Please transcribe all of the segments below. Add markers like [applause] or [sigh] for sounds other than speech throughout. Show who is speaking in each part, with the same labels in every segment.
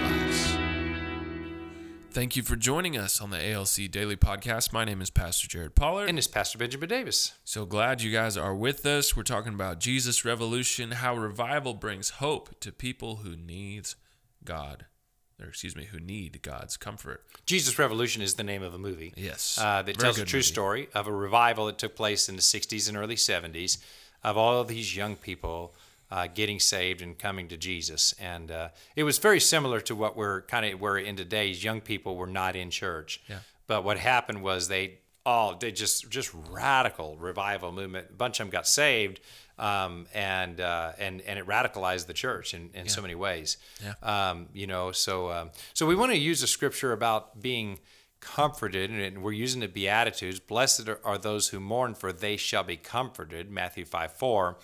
Speaker 1: lives. Thank you for joining us on the ALC Daily Podcast. My name is Pastor Jared Pollard.
Speaker 2: And it's Pastor Benjamin Davis.
Speaker 1: So glad you guys are with us. We're talking about Jesus Revolution, how revival brings hope to people who needs God, or excuse me, who need God's comfort.
Speaker 2: Jesus Revolution is the name of a movie.
Speaker 1: Yes.
Speaker 2: Uh,
Speaker 1: Very
Speaker 2: that tells a
Speaker 1: good
Speaker 2: true
Speaker 1: movie.
Speaker 2: story of a revival that took place in the 60s and early 70s of all of these young people uh, getting saved and coming to Jesus. And uh, it was very similar to what we're kind of we're in today's young people were not in church.
Speaker 1: Yeah.
Speaker 2: But what happened was they all they just just radical revival movement. A bunch of them got saved, um, and uh, and and it radicalized the church in, in so many ways.
Speaker 1: Yeah.
Speaker 2: Um, you know, so um, so we want to use a scripture about being comforted, and we're using the Beatitudes. Blessed are- are those who mourn, for they shall be comforted. Matthew five four.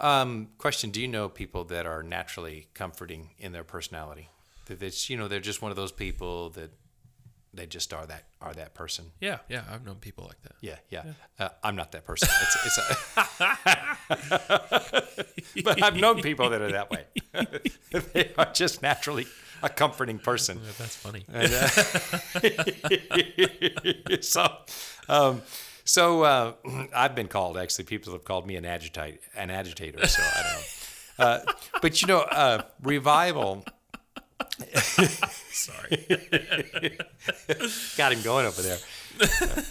Speaker 2: Um, question: Do you know people that are naturally comforting in their personality? That it's you know they're just one of those people that they just are that are that person.
Speaker 1: Yeah, yeah, I've known people like that.
Speaker 2: Yeah, yeah. Uh, I'm not that person. It's, it's a [laughs] but I've known people that are that way. [laughs] they are just naturally a comforting person. [laughs]
Speaker 1: That's funny.
Speaker 2: so, um, so uh, I've been called actually. People have called me an agitate, an agitator. So I don't know. Uh, but you know, uh, revival
Speaker 1: Sorry.
Speaker 2: [laughs] got him going over there. Uh,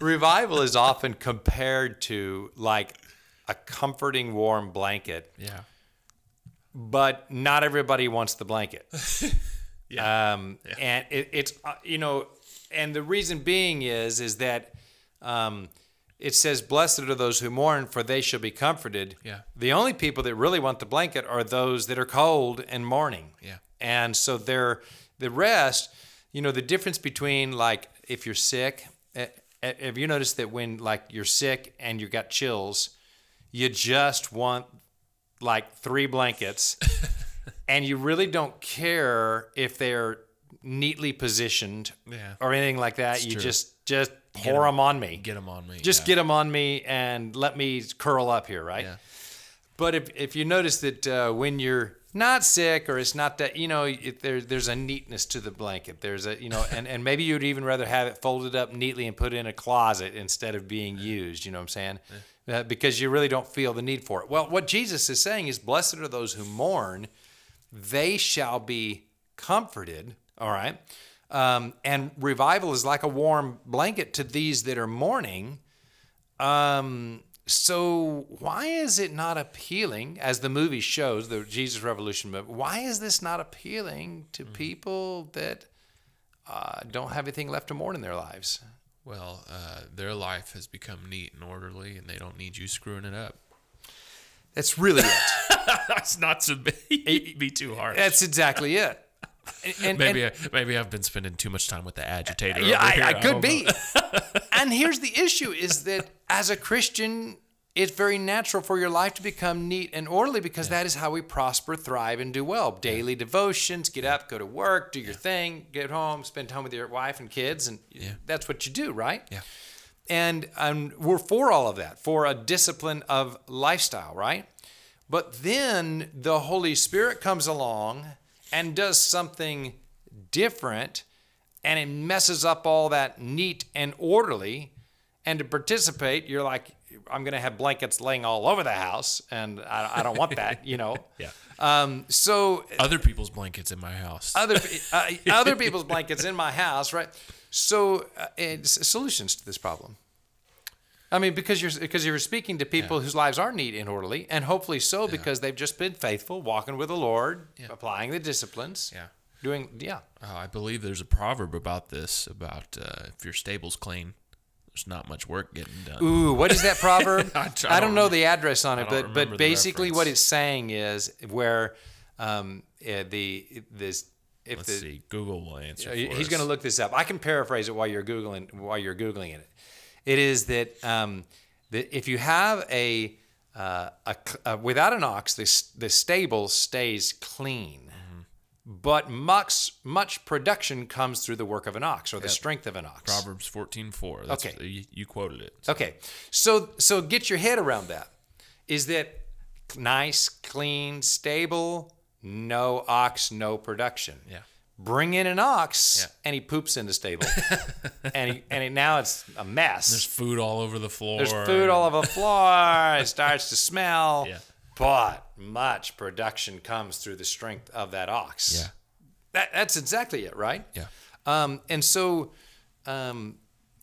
Speaker 2: revival is often compared to like a comforting, warm blanket
Speaker 1: Yeah.
Speaker 2: but not everybody wants the blanket.
Speaker 1: [laughs]
Speaker 2: Um, And it, it's uh, you know, and the reason being is is that um, it says, "Blessed are those who mourn, for they shall be comforted."
Speaker 1: Yeah.
Speaker 2: The only people that really want the blanket are those that are cold and mourning.
Speaker 1: Yeah.
Speaker 2: And so they're the rest. You know, the difference between like if you're sick. eh, eh, Have you noticed that when like you're sick and you got chills, you just want like three blankets
Speaker 1: [laughs]
Speaker 2: and you really don't care if they're neatly positioned
Speaker 1: Yeah.
Speaker 2: or anything like that you
Speaker 1: true.
Speaker 2: just just pour them, on me
Speaker 1: Get them on me.
Speaker 2: just
Speaker 1: yeah.
Speaker 2: get them on me and let me curl up here right
Speaker 1: Yeah.
Speaker 2: but if, if you notice that uh, when you're not sick or it's not that you know it, there, there's a neatness to the blanket there's
Speaker 1: [laughs]
Speaker 2: a you know and, and maybe you'd even rather have it folded up neatly and put in a closet instead of being used you know what i'm saying Uh, because you really don't feel the need for it well what jesus is saying is blessed are those who mourn they shall be comforted. All right. Um, and revival is like a warm blanket to these that are mourning. Um, so why is it not appealing, as the movie shows, the Jesus Revolution movie? Why is this not appealing to people that uh, don't have anything left to mourn in their lives?
Speaker 1: Well, uh, their life has become neat and orderly, and they don't need you screwing it up. [laughs]
Speaker 2: That's really it.
Speaker 1: That's not to be, [laughs] be too hard.
Speaker 2: [laughs] That's exactly [laughs] it. And- and-
Speaker 1: maybe, I, maybe I've been spending too much time with the agitator.
Speaker 2: Yeah,
Speaker 1: over here.
Speaker 2: I, I
Speaker 1: don't know.
Speaker 2: could be. [laughs] and here's the issue is that as a Christian, it's very natural for your life to become neat and orderly because that is how we prosper, thrive, and do well. Daily devotions, get up, go to work, do your thing, get home, spend time with your wife and kids, and that's what you do, right?
Speaker 1: Yeah.
Speaker 2: And um, we're for all of that, for a discipline of lifestyle, right? But then the Holy Spirit comes along and does something different and it messes up all that neat and orderly. And to participate, you're like, I'm going to have blankets laying all over the house and I, I don't want that, you know?
Speaker 1: Yeah.
Speaker 2: Um, so
Speaker 1: Other people's blankets in my house.
Speaker 2: other pe- uh, other people's blankets in my house, right? So, uh, it's solutions to this problem. I mean, because you're because you're speaking to people whose lives are neat and orderly, and hopefully so because they've just been faithful, walking with the Lord, applying the disciplines,
Speaker 1: Yeah.
Speaker 2: doing yeah,
Speaker 1: Uh, I believe there's a proverb about this about uh, if your stable's clean, there's not much work getting done.
Speaker 2: Ooh, what is that proverb?
Speaker 1: [laughs] I
Speaker 2: I,
Speaker 1: don't
Speaker 2: don't know the address on
Speaker 1: don't
Speaker 2: it, but but
Speaker 1: remember the
Speaker 2: basically what
Speaker 1: reference.
Speaker 2: it's saying is where um, uh, the this if
Speaker 1: Let's
Speaker 2: the
Speaker 1: see. Google will answer.
Speaker 2: uh,
Speaker 1: for
Speaker 2: he's
Speaker 1: us.
Speaker 2: going to look this up. I can paraphrase it while you're googling while you're googling it. It is that um, that if you have a uh, a, c- uh, without an ox, this the stable stays clean. But much much production comes through the work of an ox or the strength of an ox.
Speaker 1: Proverbs fourteen four. That's,
Speaker 2: Okay.
Speaker 1: You, you quoted it.
Speaker 2: Okay. So so get your head around that. Is that nice, clean, stable, no ox, no production.
Speaker 1: Yeah.
Speaker 2: Bring in an ox
Speaker 1: Yeah.
Speaker 2: and he poops in the stable.
Speaker 1: [laughs]
Speaker 2: and he, and it, now it's a
Speaker 1: There's
Speaker 2: mess.
Speaker 1: food all over the floor.
Speaker 2: There's, food all over the floor. it starts to smell.
Speaker 1: [laughs] Yeah.
Speaker 2: But much production comes through the strength of that ox.
Speaker 1: Yeah.
Speaker 2: That, that's exactly it, right?
Speaker 1: Yeah.
Speaker 2: Um, and so, um,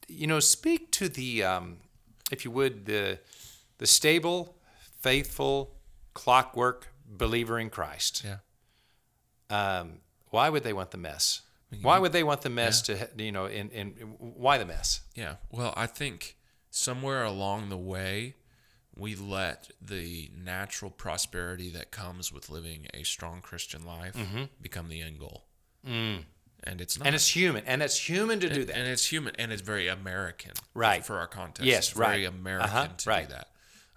Speaker 2: you know, speak to the, um, if you would, the the stable, faithful, clockwork believer in Christ.
Speaker 1: Yeah.
Speaker 2: Um, why would they want the mess? Why would they want the mess to to, you know, in, in why the mess?
Speaker 1: Yeah. Well, I think somewhere along the way, we let the natural prosperity that comes with living a strong Christian life become the end goal. Mm. And it's not.
Speaker 2: Mm-hmm. And it's human, and it's human to do
Speaker 1: [laughs]
Speaker 2: that.
Speaker 1: and it's human and it's very American,
Speaker 2: Right.
Speaker 1: For our context,
Speaker 2: Yes,
Speaker 1: it's very
Speaker 2: right.
Speaker 1: American
Speaker 2: Uh-huh,
Speaker 1: to
Speaker 2: right.
Speaker 1: do that.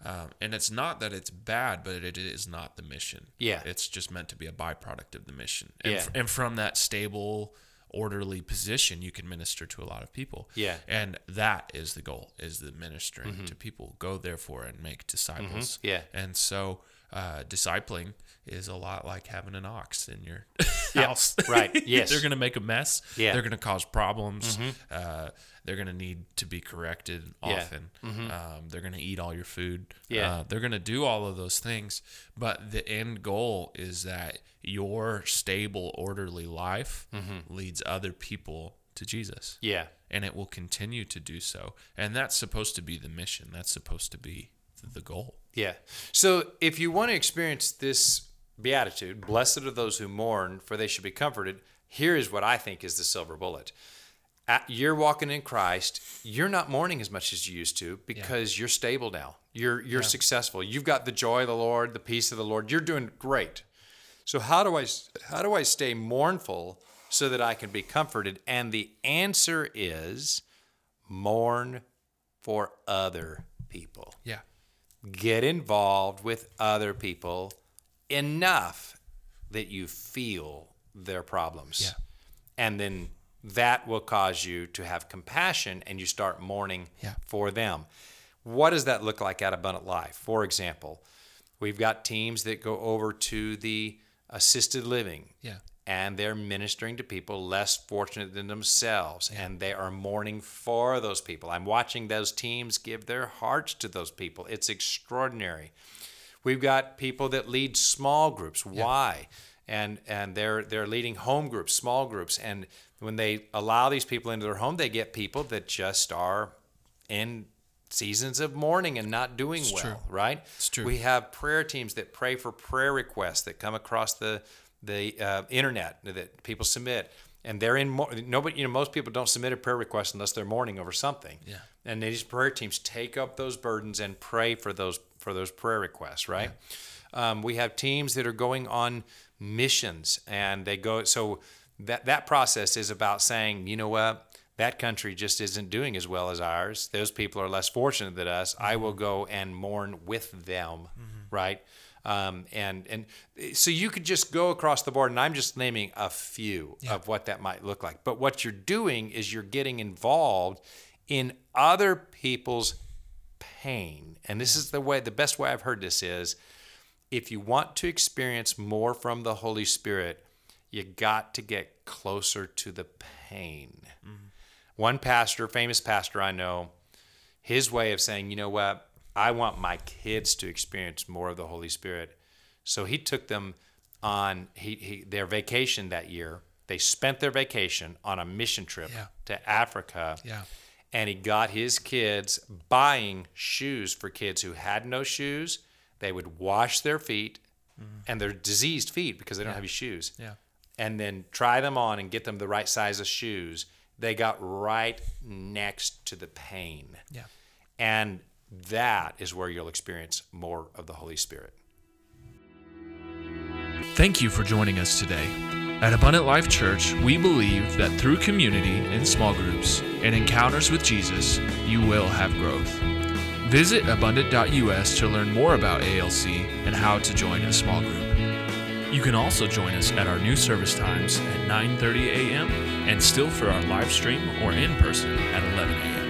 Speaker 1: Um, and it's not that it's bad, but it is not the mission.
Speaker 2: Yeah.
Speaker 1: it's just meant to be a byproduct of the mission. And,
Speaker 2: Yeah.
Speaker 1: f- and from that stable, orderly position, you can minister to a lot of people.
Speaker 2: Yeah. Mm-hmm.
Speaker 1: and that is the goal: is the ministering to people. Go therefore and make disciples.
Speaker 2: Yeah.
Speaker 1: and so. Uh, discipling is a lot like having an ox in your [laughs]
Speaker 2: Yeah,
Speaker 1: house.
Speaker 2: right,
Speaker 1: [laughs]
Speaker 2: yes.
Speaker 1: They're going to make a mess.
Speaker 2: Yeah. Mm-hmm.
Speaker 1: They're going to cause problems. Uh, they're going to need to be corrected
Speaker 2: Yeah.
Speaker 1: often.
Speaker 2: Mm-hmm.
Speaker 1: Um, they're going to eat all your food.
Speaker 2: Yeah.
Speaker 1: Uh, they're going to do all of those things. But the end goal is that your stable, orderly life
Speaker 2: Mm-hmm.
Speaker 1: leads other people to Jesus.
Speaker 2: Yeah.
Speaker 1: And it will continue to do so. And that's supposed to be the mission. That's supposed to be the goal.
Speaker 2: Yeah. So if you want to experience this beatitude, blessed are those who mourn, for they should be comforted, here is what I think is the silver bullet. At- You're walking in Christ. You're not mourning as much as you used to because you're stable now. You're you're successful. You've got the joy of the Lord, the peace of the Lord. You're doing great. So how do I how do I stay mournful so that I can be comforted? And the answer is mourn for other people
Speaker 1: Yeah.
Speaker 2: get involved with other people enough that you feel their problems.
Speaker 1: Yeah.
Speaker 2: And then that will cause you to have compassion and you start mourning
Speaker 1: Yeah.
Speaker 2: for them. What does that look like at Abundant Life? For example, we've got teams that go over to the assisted living
Speaker 1: Yeah.
Speaker 2: and they're ministering to people less fortunate than themselves and they are mourning for those people i'm watching those teams give their hearts to those people it's extraordinary we've got people that lead small groups why and and they're they're leading home groups small groups and when they allow these people into their home they get people that just are in seasons of mourning and not doing well right it's
Speaker 1: true.
Speaker 2: we have prayer teams that pray for prayer requests that come across the the uh, internet that people submit, and they're in. Mo- nobody, you know, most people don't submit a prayer request unless they're mourning over something. Yeah. And these prayer teams take up those burdens and pray for those for those prayer requests, right? Um, we have teams that are going on missions, and they go. So that that process is about saying, you know what, that country just isn't doing as well as ours. Those people are less fortunate than us. I will go and mourn with them, right? Um, and and so you could just go across the board, and I'm just naming a few of what that might look like. But what you're doing is you're getting involved in other people's pain, and this is the way the best way I've heard this is if you want to experience more from the Holy Spirit, you got to get closer to the pain. One pastor, famous pastor I know, his way of saying, you know what, I want my kids to experience more of the Holy Spirit. So he took them on he, he, their vacation that year. They spent their vacation on a mission trip
Speaker 1: Yeah.
Speaker 2: to Africa
Speaker 1: Yeah.
Speaker 2: and he got his kids buying shoes for kids who had no shoes. They would wash their feet and their diseased feet because they don't have any shoes.
Speaker 1: Yeah.
Speaker 2: And then try them on and get them the right size of shoes. They got right next to the pain.
Speaker 1: Yeah.
Speaker 2: And that is where you'll experience more of the Holy Spirit.
Speaker 1: Thank you for joining us today. At Abundant Life Church, we believe that through community in small groups and encounters with Jesus, you will have growth. Visit abundant.us to learn more about ALC and how to join a small group. You can also join us at our new service times at 9:30 a.m. and still for our live stream or in person at 11 a.m.